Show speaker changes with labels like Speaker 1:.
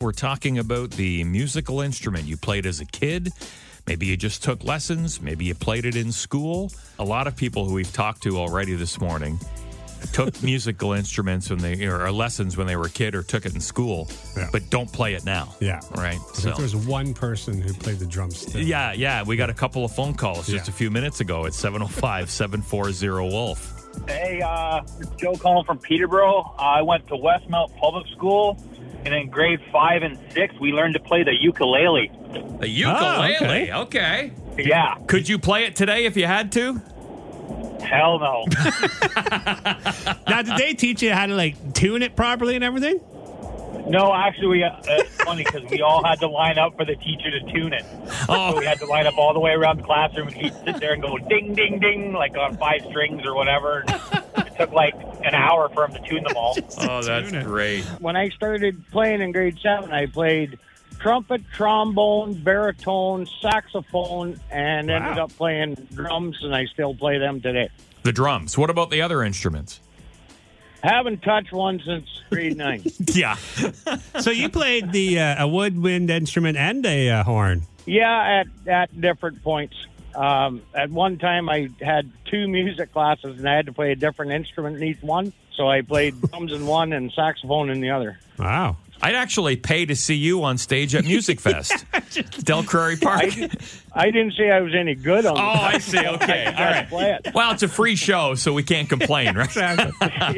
Speaker 1: we're talking about the musical instrument you played as a kid. Maybe you just took lessons. Maybe you played it in school. A lot of people who we've talked to already this morning took musical instruments when they or lessons when they were a kid or took it in school,
Speaker 2: Yeah.
Speaker 1: but don't play it now.
Speaker 2: Yeah.
Speaker 1: Right.
Speaker 2: I think there's one person who played the drums. Still.
Speaker 1: Yeah, yeah. We got a couple of phone calls just
Speaker 2: Yeah.
Speaker 1: a few minutes ago at 705 740 Wolf.
Speaker 3: Hey, uh, it's Joe calling from Peterborough. I went to Westmount Public School, and in grade five and six, we learned to play the ukulele.
Speaker 1: A ukulele.
Speaker 2: Ah,
Speaker 1: okay.
Speaker 3: Yeah,
Speaker 1: Could you play it today if you had to?
Speaker 3: hell no.
Speaker 2: Now, did they teach you how to like tune it properly and everything?
Speaker 3: no, actually, uh, it's funny because we all had to line up for the teacher to tune it. So we had to line up all the way around the classroom, and he'd sit there and go ding, ding, ding, like on five strings or whatever. it took like an hour for him to tune them all.
Speaker 1: Oh, that's great.
Speaker 4: when I started playing in grade seven, I played trumpet, trombone, baritone, saxophone, and ended
Speaker 2: Wow.
Speaker 4: up playing drums, and I still play them today.
Speaker 1: The drums. What about the other instruments?
Speaker 4: Haven't touched one since grade nine.
Speaker 1: Yeah.
Speaker 2: So you played the uh, a woodwind instrument and a uh, horn.
Speaker 4: yeah, at at different points. Um, at one time, I had two music classes, and I had to play a different instrument in each one. So I played drums in one and saxophone in the other.
Speaker 2: Wow.
Speaker 1: I'd actually pay to see you on stage at Music Fest, Del Prairie Park.
Speaker 4: I didn't say I was any good on.
Speaker 1: Oh, I see. Okay. All
Speaker 4: I
Speaker 1: right.
Speaker 4: play it.
Speaker 1: Well, it's a free show, so we can't complain, right?
Speaker 2: Exactly.